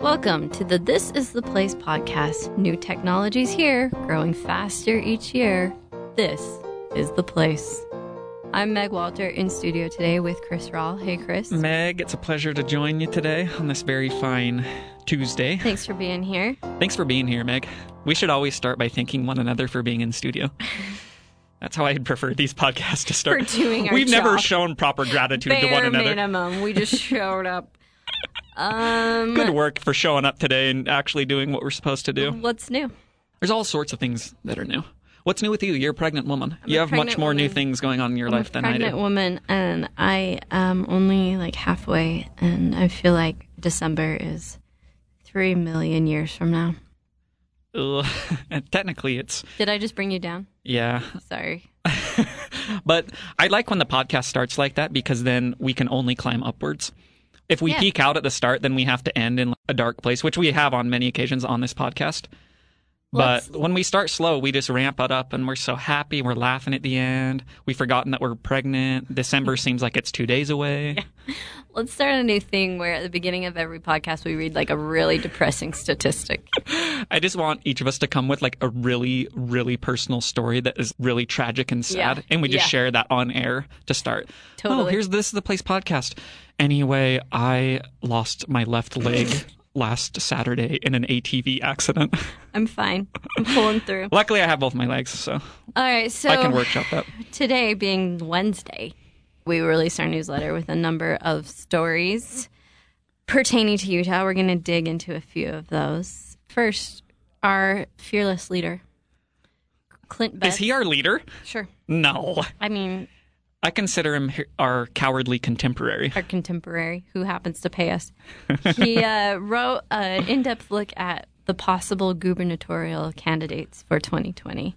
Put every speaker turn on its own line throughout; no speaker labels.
Welcome to the This is the Place podcast. New technologies here, growing faster each year. This is the place. I'm Meg Walter in studio today with Chris Rawl. Hey, Chris.
Meg, it's a pleasure to join you today on this very fine Tuesday.
Thanks for being here.
Thanks for being here, Meg. We should always start by thanking one another for being in studio. That's how I'd prefer these podcasts to
For
start.
doing our
We've never
job.
shown proper gratitude to one
Bare
another.
minimum. We just showed up. Um,
Good work for showing up today and actually doing what we're supposed to do.
what's new?
There's all sorts of things that are new. What's new with you? You're a pregnant woman. you
a
have much
pregnant
more new
woman.
things going on in your life than I
pregnant
do.
woman, and I am only like halfway, and I feel like December is three million years from now.
Ugh. And Technically, it's
Did I just bring you down?
yeah.
Sorry.
But I like when the podcast starts like that because then we can only climb upwards. If we
Yeah.
peak out at the start, then we have to end in a dark place, which we have on many occasions on this podcast.
Let's-
but when we start slow, we just ramp it up and we're so happy. We're laughing at the end. We've forgotten that we're pregnant. December seems like it's two days away.
Let's start a new thing where at the beginning of every podcast we read like a really depressing statistic.
I just want each of us to come with like a really, really personal story that is really tragic and sad,
Yeah.
and we just
Yeah.
share that on air to start. Oh,
Totally.
here's this is the place podcast. Anyway, I lost my left leg last Saturday in an ATV accident.
I'm fine. I'm pulling through.
Luckily, I have both my legs, so
All right, so
I can workshop that.
today being Wednesday, we released our newsletter with a number of stories pertaining to Utah. We're going to dig into a few of those. First, our fearless leader, Clint Best.
Is he our leader?
Sure.
No,
I mean,
I consider him he- our cowardly contemporary.
our contemporary who happens to pay us. He uh, wrote an in depth look at the possible gubernatorial candidates for 2020.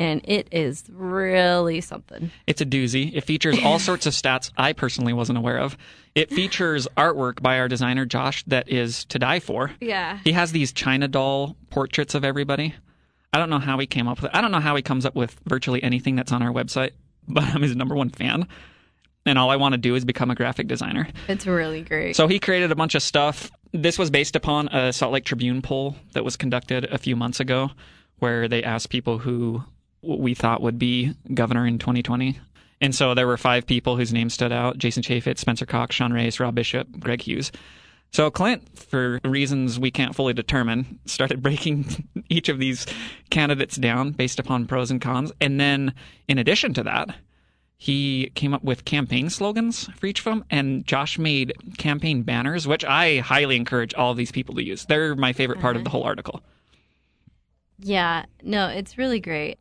And it is really something.
It's a doozy. It features all sorts of stats I personally wasn't aware of. It features artwork by our designer Josh that is to die for.
Yeah.
He has these China doll portraits of everybody. I don't know how he came up with it. I don't know how he comes up with virtually anything that's on our website, but I'm his number one fan. And all I want to do is become a graphic designer.
It's really great.
So he created a bunch of stuff. This was based upon a Salt Lake Tribune poll that was conducted a few months ago, where they asked people who we thought would be governor in 2020. And so there were five people whose names stood out Jason Chaffetz, Spencer Cox, Sean Reyes, Rob Bishop, Greg Hughes. So Clint, for reasons we can't fully determine, started breaking each of these candidates down based upon pros and cons. And then, in addition to that, he came up with campaign slogans for each of them, and Josh made campaign banners, which I highly encourage all of these people to use. They're my favorite part of
Uh-huh.
the whole article.
Yeah, no, it's really great.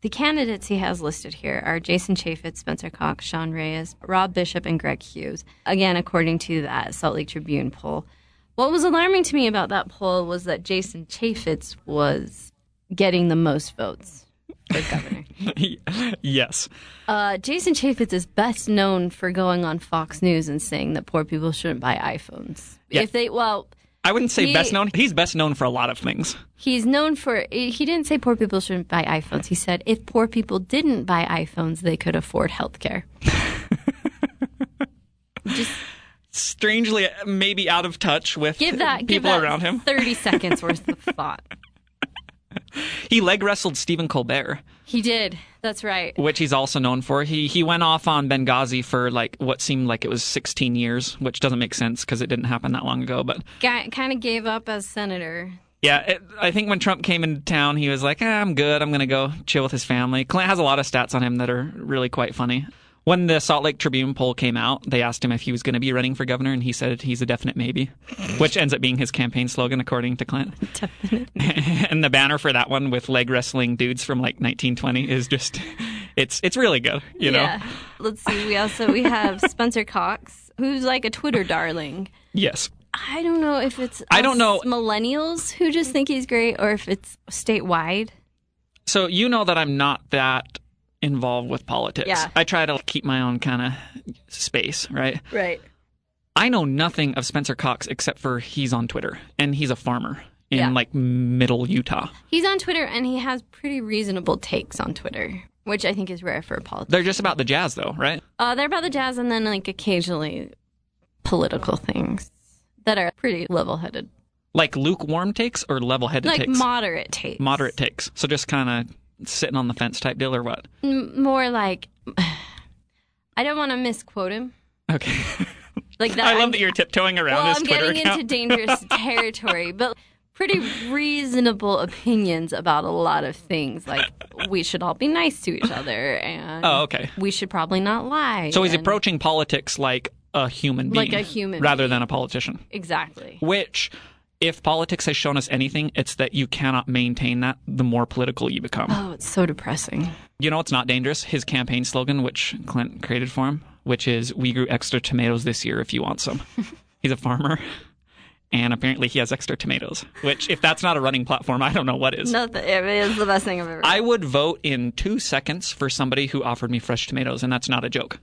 The candidates he has listed here are Jason Chaffetz, Spencer Cox, Sean Reyes, Rob Bishop, and Greg Hughes. Again, according to that Salt Lake Tribune poll. What was alarming to me about that poll was that Jason Chaffetz was getting the most votes for governor.
yes.
uh, Jason Chaffetz is best known for going on Fox News and saying that poor people shouldn't buy iPhones.
Yeah.
If they, well,
I wouldn't say
He-
best known. He's best known for a lot of things.
He's known for, he didn't say poor people shouldn't buy iPhones. He said if poor people didn't buy iPhones, they could afford healthcare. Just
Strangely, maybe out of touch with
give that,
people
give that
around him.
30 seconds worth of thought.
He leg wrestled Stephen Colbert,
He did. That's right.
which he's also known for. He he went off on Benghazi for like what seemed like it was 16 years, which doesn't make sense because it didn't happen that long ago. But
Guy kind of gave up as senator.
Yeah, it, I think when Trump came into town, he was like, ah, "I'm good. I'm gonna go chill with his family." Clint has a lot of stats on him that are really quite funny. When the Salt Lake Tribune poll came out, they asked him if he was going to be running for governor, and he said he's a definite maybe, which ends up being his campaign slogan, according to Clint. and the banner for that one with leg wrestling dudes from like 1920 is just, it's it's really good, you
yeah.
know.
Let's see. We also, we have Spencer Cox, who's like a Twitter darling.
Yes,
I don't know if it's
I don't
us
know-
millennials who just think he's great or if it's statewide.
So you know that I'm not that involved with politics.
Yeah.
I try to keep my own kind of space, right?
Right.
I know nothing of Spencer Cox except for he's on Twitter and he's a farmer in
Yeah.
like middle Utah.
He's on Twitter and he has pretty reasonable takes on Twitter, which I think is rare for a politician.
They're just about the jazz though, right?
Uh, they're about the jazz and then like occasionally political things that are pretty level headed.
Like lukewarm takes or level headed
Like
takes?
moderate takes.
Moderate takes. So just kind of sitting on the fence type deal or what?
M- more like I don't want to misquote him.
Okay.
Like that.
I love
I'm-
that you're tiptoeing around
Well,
his
I'm
Twitter
getting
account.
into dangerous territory, but pretty reasonable opinions about a lot of things. Like we should all be nice to each other, and
oh, okay.
we should probably not lie.
So he's
and-
approaching politics like a human being,
Like a human
rather than a politician.
exactly.
Which, if politics has shown us anything, it's that you cannot maintain that the more political you become.
Oh, it's so depressing.
You know what's not dangerous? His campaign slogan, which Clint created for him, which is "We grew extra tomatoes this year. If you want some," he's a farmer, and apparently he has extra tomatoes. Which, if that's not a running platform, I don't know what is.
Nothing. It is the best thing I've ever.
I would vote in two seconds for somebody who offered me fresh tomatoes, and that's not a joke.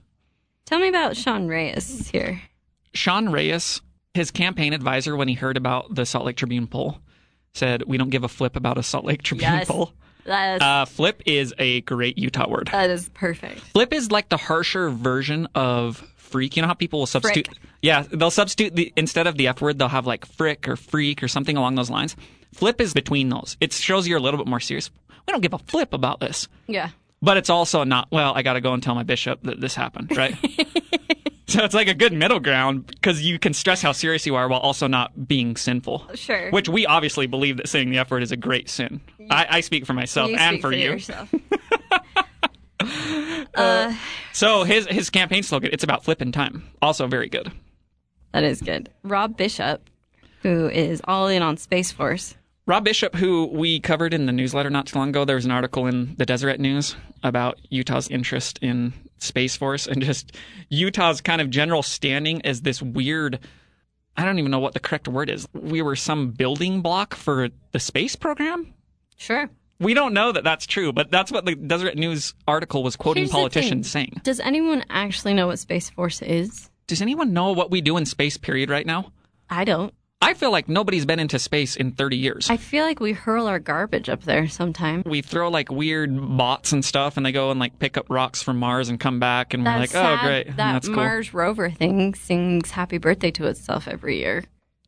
Tell me about Sean Reyes here.
Sean Reyes, his campaign advisor, when he heard about the Salt Lake Tribune poll, said, "We don't give a flip about a Salt Lake Tribune
Yes.
poll."
That is,
Uh, flip is a great Utah word.
that is perfect.
Flip is like the harsher version of freak. You know how people will substitute?
Frick.
Yeah, they'll substitute the instead of the F word, they'll have like frick or freak or something along those lines. Flip is between those. It shows you're a little bit more serious. We don't give a flip about this,
Yeah.
but it's also not. Well, I got to go and tell my bishop that this happened, right? so it's like a good middle ground because you can stress how serious you are while also not being sinful.
Sure.
Which we obviously believe that saying the F word is a great sin. I, I speak for myself
You
uh, and
speak
for, you.
yourself. uh,
So his his campaign slogan, it's about flipping time. Also very good.
that is good. Rob Bishop, who is all in on Space Force.
Rob Bishop, who we covered in the newsletter not too long ago, there was an article in the Deseret News about Utah's interest in Space Force and just Utah's kind of general standing as this weird I don't even know what the correct word is. We were some building block for the space program.
Sure.
We don't know that that's true, but that's what the Deseret News article was quoting
Here's the
politicians
thing.
saying.
Does anyone actually know what Space Force is?
Does anyone know what we do in space period right now?
I don't.
I feel like nobody's been into space in 30 years.
I feel like we hurl our garbage up there sometime.
we throw like weird bots and stuff and they go and like pick up rocks from Mars and come back and we're like,
That's
oh
sad
great.
That
That's cool.
Mars rover thing sings happy birthday to itself every year.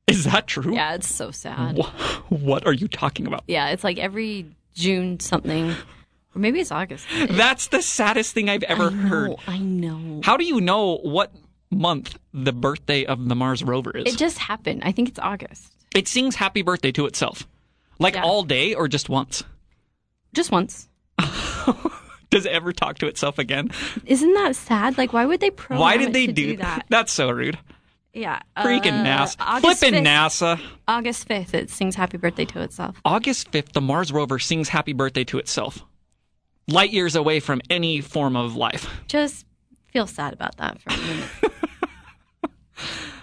Is that true?
Yeah, it's so sad.
Wha- What are you talking about?
Yeah, it's like every June something. Or maybe it's August.
That's the saddest thing I've ever heard.
Oh, I know.
How do you know what month the birthday of the Mars rover is?
It just happened. I think it's August.
It sings happy birthday to itself. Like
Yeah.
all day or just once?
Just once.
Does it ever talk to itself again?
Isn't that sad? Oh, Like, why would they program
Why did
it
they
to
do,
do that?
That's so rude.
Yeah.
Freaking
uh,
NASA.
August
Flipping
5th,
NASA.
August 5th, it sings happy birthday to itself.
August 5th, the Mars rover sings happy birthday to itself, light years away from any form of life.
Just feel sad about that for a minute.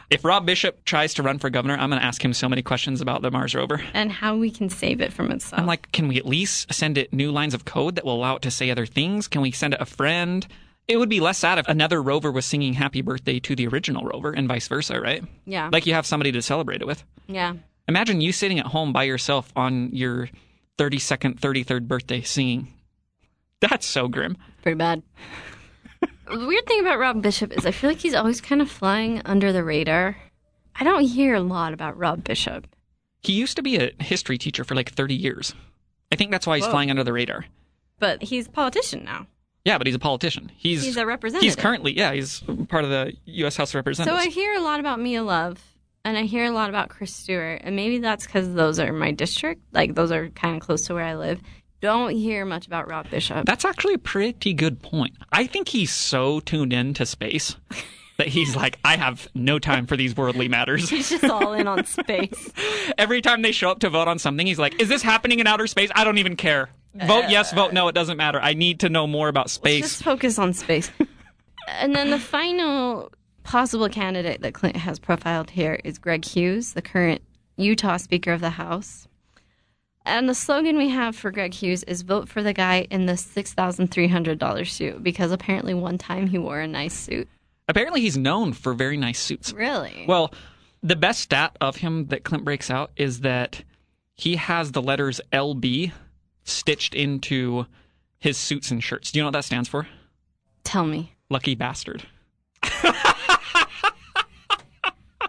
If Rob Bishop tries to run for governor, I'm going to ask him so many questions about the Mars rover.
and how we can save it from itself.
I'm like, can we at least send it new lines of code that will allow it to say other things? Can we send it a friend? It would be less sad if another rover was singing happy birthday to the original rover and vice versa, right?
yeah.
Like you have somebody to celebrate it with.
yeah.
Imagine you sitting at home by yourself on your 32nd, 33rd birthday singing. That's so grim.
Pretty bad. the weird thing about Rob Bishop is I feel like he's always kind of flying under the radar. I don't hear a lot about Rob Bishop.
He used to be a history teacher for like 30 years. I think that's why he's flying under the radar.
But he's a politician now.
Yeah, but he's a politician. He's
He's a representative.
He's currently, yeah, he's part of the U.S. House of
So
Representatives.
I hear a lot about Mia Love and I hear a lot about Chris Stewart. And maybe that's because those are my district. Like, those are kind of close to where I live. Don't hear much about Rob Bishop.
that's actually a pretty good point. I think he's so tuned in to space that he's like, I have no time for these worldly matters.
He's just all in on space.
Every time they show up to vote on something, he's like, Is this happening in outer space? I don't even care. Vote yes, vote no, it doesn't matter. I need to know more about space.
Uh, Just focus on space. and then the final possible candidate that Clinton has profiled here is Greg Hughes, the current Utah Speaker of the House. And the slogan we have for Greg Hughes is vote for the guy in the $6,300 suit because apparently one time he wore a nice suit.
Apparently, he's known for very nice suits.
Really?
Well, the best stat of him that Clint breaks out is that he has the letters LB stitched into his suits and shirts. Do you know what that stands for?
Tell me.
Lucky bastard.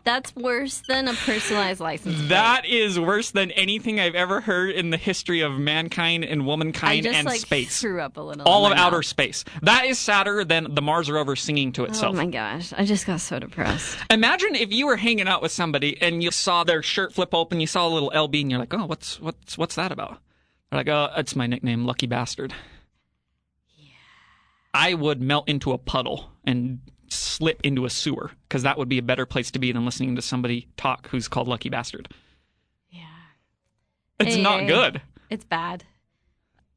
That's worse than a personalized license plate.
That is worse than anything I've ever heard in the history of mankind and
I
womankind
just
and
like
space.
threw up a little.
All
in
of
my
outer
mouth.
space. That is sadder than the Mars rover singing to
Oh
itself.
my gosh, I just got so depressed.
Imagine if you were hanging out with somebody and you saw their shirt flip open, you saw a little LB, and you're like, "Oh, what's what's what's that about?" They're like, "Oh, it's my nickname, Lucky Bastard." I would melt into a puddle and slip into a sewer because that would be a better place to be than listening to somebody talk who's called Lucky Bastard.
Yeah,
It's not
Hey.
good.
it's bad.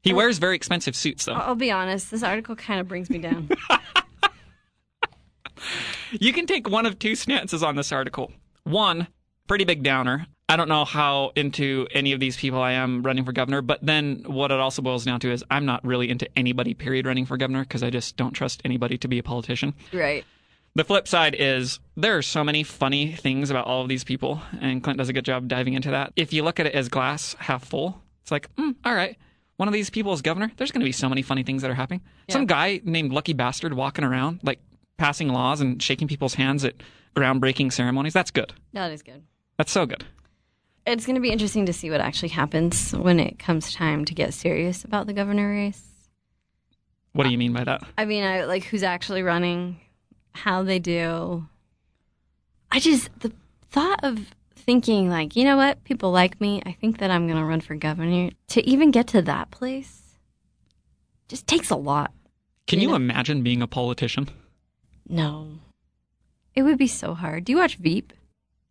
He wears very expensive suits, though.
I'll be honest. This article kind of brings me down.
You can take one of two stances on this article. One, pretty big downer. I don't know how into any of these people I am running for governor, but then what it also boils down to is I'm not really into anybody, period, running for governor because I just don't trust anybody to be a politician.
right.
The flip side is there are so many funny things about all of these people, and Clint does a good job diving into that. If you look at it as glass half full, it's like, mm, all right, one of these people is governor. There's going to be so many funny things that are happening. Some guy named Lucky Bastard walking around, like passing laws and shaking people's hands at groundbreaking ceremonies. That's good.
That is good.
That's so good.
It's going to be interesting to see what actually happens when it comes time to get serious about the governor race.
What do you mean by that?
I mean, I like who's actually running, how they do. I just the thought of thinking like, you know what, people like me. I think that I'm going to run for governor. To even get to that place, just takes a lot.
Can
You
you
know-
imagine being a politician?
No, it would be so hard. Do you watch Veep?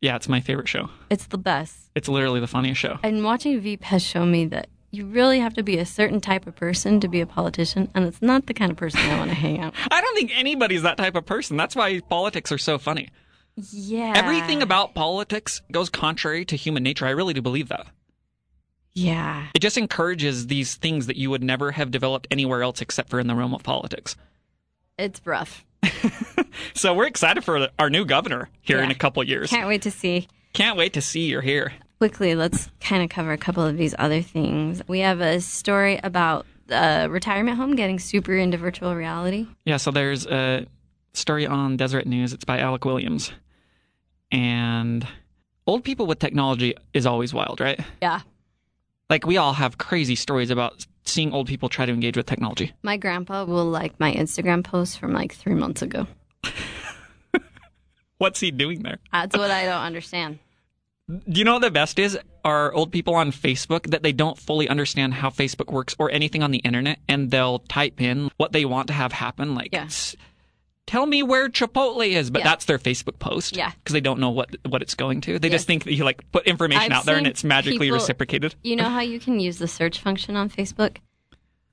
Yeah, it's my favorite show.
It's the best.
It's literally the funniest show.
And watching Veep has shown me that you really have to be a certain type of person to be a politician, and it's not the kind of person I want to hang out.
I don't think anybody's that type of person. That's why politics are so funny.
Yeah,
Everything about politics goes contrary to human nature. I really do believe that.
yeah.
It just encourages these things that you would never have developed anywhere else except for in the realm of politics.
It's rough.
So we're excited for our new governor here in
Yeah.
a couple years. Can't,
Can't wait to see.
wait to see you're here.
Quickly, let's kind of cover a couple of these other things. We have a story about a retirement home getting super into virtual reality.
Yeah, so there's a story on Deseret News. It's by Alec Williams. And old people with technology is always wild, right?
Yeah.
Like we all have crazy stories about seeing old people try to engage with technology.
My grandpa will like my Instagram post from like three months ago.
What's he doing there?
That's what I don't understand.
Do you know what the best is? Are old people on Facebook that they don't fully understand how Facebook works or anything on the internet, and they'll type in what they want to have happen, like
Yeah.
"S- "Tell me where Chipotle is," but
Yeah.
that's their Facebook post,
Yeah.
because they don't know what what it's going to. They
Yes.
just think that you like put information
I've
out there and
seen
it's magically
people-
reciprocated.
You know how you can use the search function on Facebook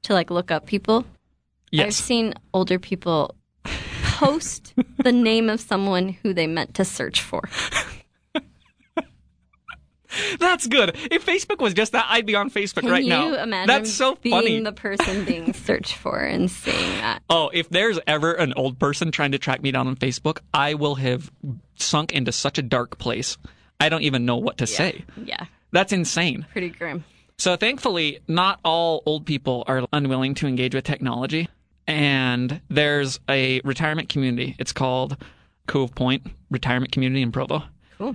to like look up people? I've
Yes,
seen older people post the name of someone who they meant to search for.
that's good. If Facebook was just that, I'd be on Facebook
Can
right
you
now.
imagine
that's so
being
funny.
the person being searched for and seeing that?
Oh, if there's ever an old person trying to track me down on Facebook, I will have sunk into such a dark place. I don't even know what to say.
Yeah,
That's insane.
pretty grim.
So, thankfully, not all old people are unwilling to engage with technology. And there's a retirement community. It's called Cove Point Retirement Community in Provo.
Cool.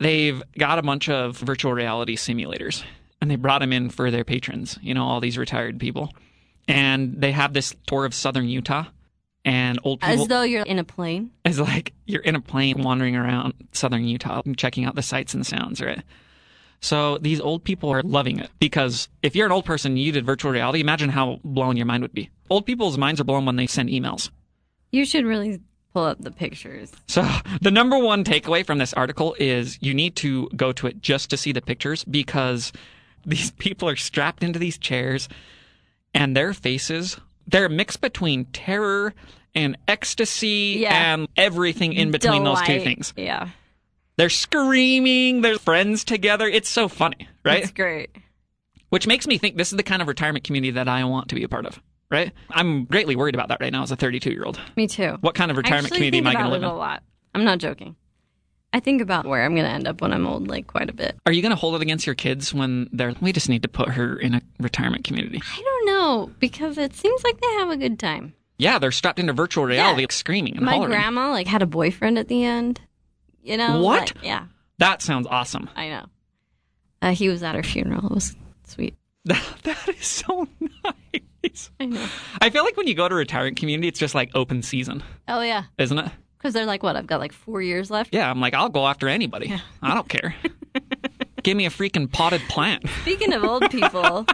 They've got a bunch of virtual reality simulators and they brought them in for their patrons, you know, all these retired people. And they have this tour of southern Utah. And old people
As though you're in a plane.
is like you're in a plane wandering around southern Utah and checking out the sights and sounds, right? So these old people are loving it because if you're an old person, you did virtual reality. Imagine how blown your mind would be. Old people's minds are blown when they send emails.
You should really pull up the pictures.
So the number one takeaway from this article is you need to go to it just to see the pictures because these people are strapped into these chairs and their faces, they're a mix between terror and ecstasy
Yeah.
and everything in between those two
Delight.
things.
Yeah,
They're screaming, they're friends together. It's so funny, right?
it's great.
Which makes me think this is the kind of retirement community that I want to be a part of, right? I'm greatly worried about that right now as a 32 year old.
Me too.
What kind of
I
retirement
actually
community am
think
I going to
about
live
it
in?
a lot. I'm not joking. I think about where I'm going to end up when I'm old, like quite a bit.
Are you going to hold it against your kids when they're, we just need to put her in a retirement community?
I don't know because it seems like they have a good time.
Yeah, they're strapped into virtual reality, screaming and
My
hollering.
grandma like had a boyfriend at the end. You know
What?
like- yeah,
That sounds awesome.
I know. Uh, he was at her funeral. It was sweet.
that is so nice.
I know.
I feel like when you go to retirement community, it's just like open season,
Oh yeah,
isn't it?
because they're like, what? I've got like four years left.
Yeah, I'm like, I'll go after anybody. I don't care. Give me a freaking potted plant.
Speaking of old people,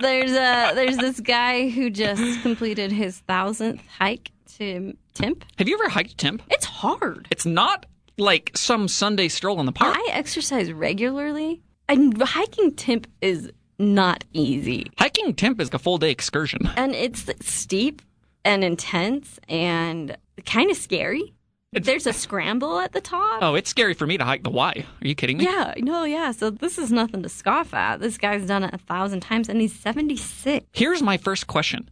there's a there's this guy who just completed his thousandth hike to Temp.
Have you ever hiked Timp?
It's hard.
It's not like some Sunday stroll in the park.
I exercise regularly, and hiking Temp is not easy.
Hiking Timp is a full day excursion.
and it's steep and intense and kind of scary. There's a scramble at the top.
Oh, it's scary for me to hike the Y. Are you kidding me?
Yeah, no, yeah. So this is nothing to scoff at. This guy's done it a thousand times, and he's seventy six.
Here's my first question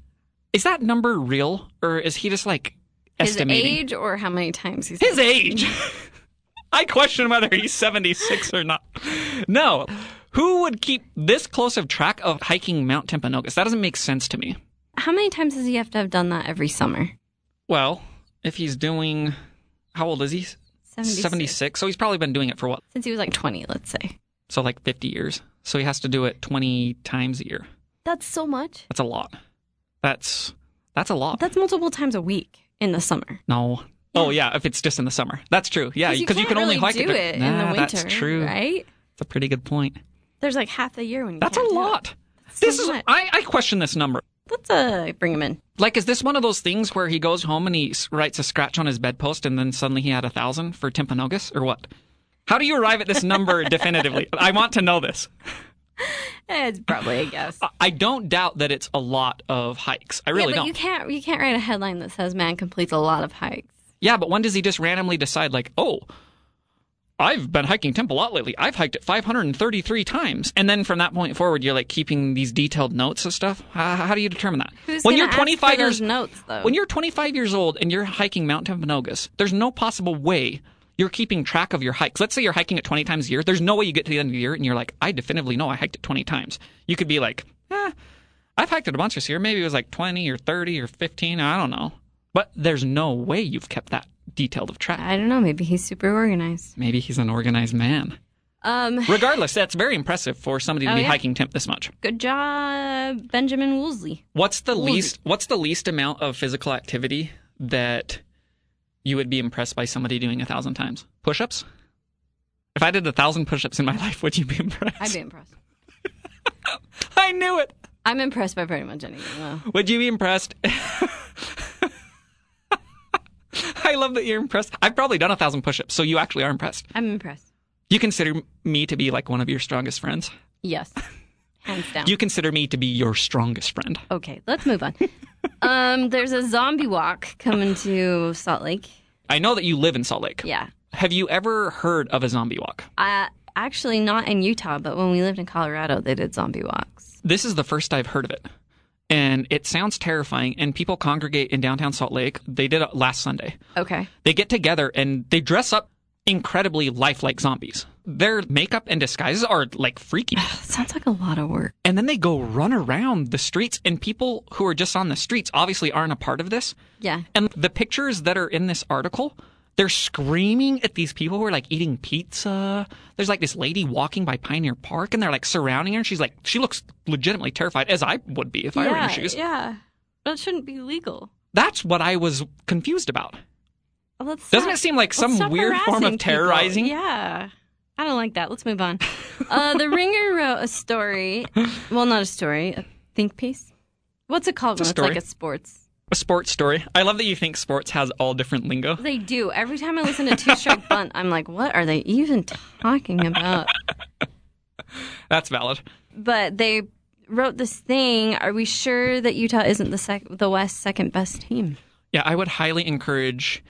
Is that number real or is he just like
His
estimating?
age or how many times he's
His age. I question whether he's 76 or not. No. Who would keep this close of track of hiking Mount Timpanogos? That doesn't make sense to me.
how many times does he have to have done that every summer?
Well, if he's doing, how old is he?
76.
76. So he's probably been doing it for what?
since he was like twenty, let's say.
So like 50 years. So he has to do it 20 times a year.
That's so much.
That's a lot. That's that's a lot.
That's multiple times a week in the summer.
no. Oh yeah, if it's just in the summer. That's true. Yeah, because you,
can't
can only
really
hike
do
dur-
it in
Nah,
the winter.
That's true.
right?
That's a pretty good point.
There's like half the year when you
That's a
can't do it.
lot.
so
This is
much.
I, I question this number.
Let's uh bring him in.
Like, is this one of those things where he goes home and he s- writes a scratch on his bedpost and then suddenly he had a thousand for Timpanogos or what? How do you arrive at this number definitively? I want to know this.
Eh, It's probably a guess.
I don't doubt that it's a lot of hikes. I Uh,
yeah,
really
but
don't.
you can't you can't write a headline that says man completes a lot of hikes.
Yeah, but when does he just randomly decide, like, oh, I've been hiking Temple a lot lately. I've hiked it 533 times. And then from that point forward, you're like keeping these detailed notes of stuff. How, how do you determine that?
Who's
when
gonna
you're
ask
25
for those
years
notes though?
when you're 25 years old and you're hiking Mount Timpanogos, there's no possible way you're keeping track of your hikes. Let's say you're hiking it 20 times a year. There's no way you get to the end of the year and you're like, I definitively know I hiked it 20 times. You could be like, eh, I've hiked it a bunch this year. Maybe it was like 20 or 30 or 15. I don't know. But there's no way you've kept that detailed of track.
I don't know, maybe he's super organized.
Maybe he's an organized man.
Um
Regardless, that's very impressive for somebody to
Oh,
be
yeah.
hiking temp this much.
good job Benjamin Woolsey.
What's the
Woolsey.
least what's the least amount of physical activity that you would be impressed by somebody doing a thousand times? Push ups? If I did a thousand push ups in my life, would you be impressed?
I'd be impressed.
I knew it.
I'm impressed by pretty much anything though.
Would you be impressed? I love that you're impressed. I've probably done a thousand push ups, so you actually are impressed.
I'm impressed.
You consider me to be like one of your strongest friends.
Yes. Hands down.
You consider me to be your strongest friend.
okay, let's move on. um there's a zombie walk coming to Salt Lake.
I know that you live in Salt Lake.
Yeah.
Have you ever heard of a zombie walk?
I Uh, actually not in Utah, but when we lived in Colorado they did zombie walks.
this is the first I've heard of it. And it sounds terrifying. And people congregate in downtown Salt Lake. They did it last Sunday.
Okay.
They get together and they dress up incredibly lifelike zombies. Their makeup and disguises are like freaky.
Sounds like a lot of work.
And then they go run around the streets. And people who are just on the streets obviously aren't a part of this.
Yeah.
And the pictures that are in this article, they're screaming at these people who are like eating pizza. There's like this lady walking by Pioneer Park and they're like surrounding her. And she's like, she looks legitimately terrified, as I would be if I were in her shoes.
Yeah. That shouldn't be legal.
That's what I was confused about.
Let's
Doesn't
stop-
it seem like
let's
some
stop
weird form
harassing
of
people.
terrorizing?
Yeah. I don't like that. Let's move on. Uh, the Ringer wrote a story. Well, not a story, a think piece. What's it called when
It's a
it's
story.
like a sports?
A sports story. I love that you think sports has all different lingo.
They do. Every time I listen to Two Strike Bunt, I'm like, what are they even talking about?
That's valid.
But they wrote this thing. Are we sure that Utah isn't the sec- the West's second best team?
Yeah, I would highly encourage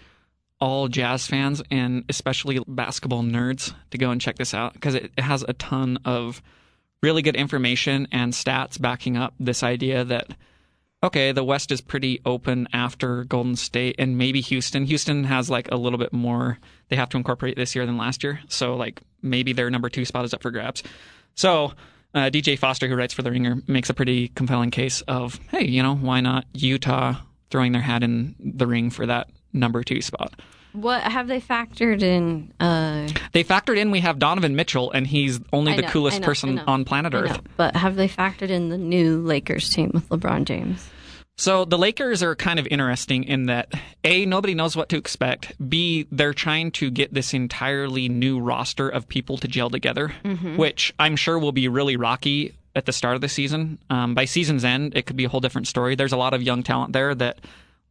all jazz fans and especially basketball nerds to go and check this out because it it has a ton of really good information and stats backing up this idea that okay, the West is pretty open after Golden State and maybe Houston. Houston has like a little bit more they have to incorporate this year than last year. So like maybe their number two spot is up for grabs. So uh, DJ Foster, who writes for The Ringer, makes a pretty compelling case of hey, you know, why not Utah throwing their hat in the ring for that number two spot.
What have they factored in? Uh,
They factored in we have Donovan Mitchell, and he's only
I
the
know, I
coolest
know, I
person
know,
on planet
I
Earth.
know, but have they factored in the new Lakers team with LeBron James?
So the Lakers are kind of interesting in that A, nobody knows what to expect. B, they're trying to get this entirely new roster of people to gel together, which I'm sure will be really rocky at the start of the season. Um, by season's end, it could be a whole different story. There's a lot of young talent there that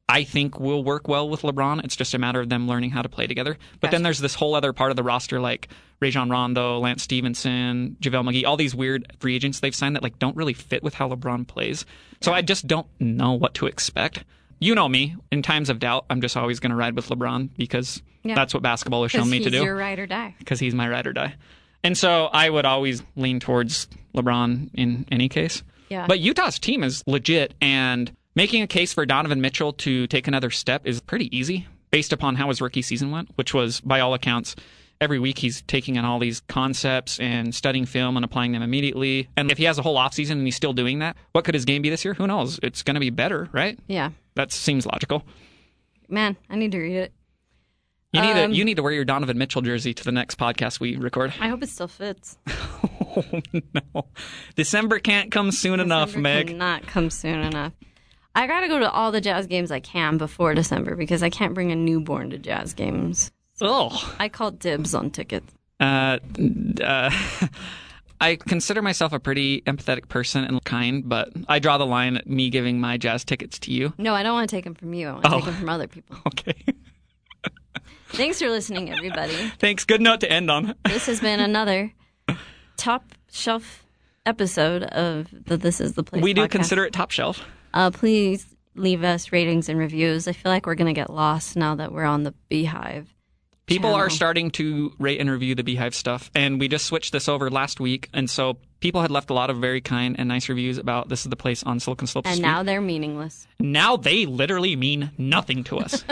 I think will work well with LeBron. It's just a matter of them learning how to play together. But then there's this whole other part of the roster like Rajon Rondo, Lance Stevenson, JaVale McGee, all these weird free agents they've signed that like don't really fit with how LeBron plays. So I just don't know what to expect. You know me. In times of doubt, I'm just always going to ride with LeBron because
Yeah.
that's what basketball has shown me to
he's
do
your ride or die.
because he's my ride or die. And so I would always lean towards LeBron in any case.
Yeah.
But Utah's team is legit, and making a case for Donovan Mitchell to take another step is pretty easy based upon how his rookie season went, which was, by all accounts, every week he's taking in all these concepts and studying film and applying them immediately. And if he has a whole offseason and he's still doing that, what could his game be this year? Who knows? It's going to be better, right?
Yeah,
That seems logical.
man, I need to read it.
You need,
Um,
to, you need to wear your Donovan Mitchell jersey to the next podcast we record.
I hope it still fits.
Oh no. December can't come soon enough, Meg.
Not come soon enough. I gotta go to all the jazz games I can before December because I can't bring a newborn to jazz games.
Ugh.
I call dibs on tickets.
Uh, uh, I consider myself a pretty empathetic person and kind, but I draw the line at me giving my jazz tickets to you.
No, I don't want to take them from you. I want
Oh.
to take them from other people.
Okay.
Thanks for listening, everybody.
Thanks. Good note to end on.
This has been another top shelf episode of the This Is the Place.
We do
podcast.
consider it top shelf.
Uh, please leave us ratings and reviews. I feel like we're gonna get lost now that we're on the Beehive.
People
Channel.
are starting to rate and review the Beehive stuff, and we just switched this over last week, and so people had left a lot of very kind and nice reviews about this is the place on Silicon Slopes.
And
Street.
now they're meaningless.
now they literally mean nothing to us.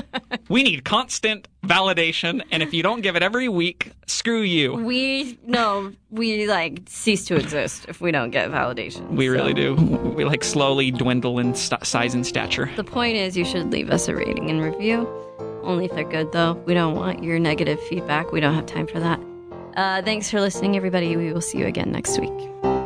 we need constant validation, and if you don't give it every week, screw you.
We no, we like cease to exist if we don't get validation.
We
So,
really do. We like slowly dwindle in st- size and stature.
The point is, you should leave us a rating and review. Only if they're good, though. We don't want your negative feedback. We don't have time for that. Uh, thanks for listening, everybody. We will see you again next week.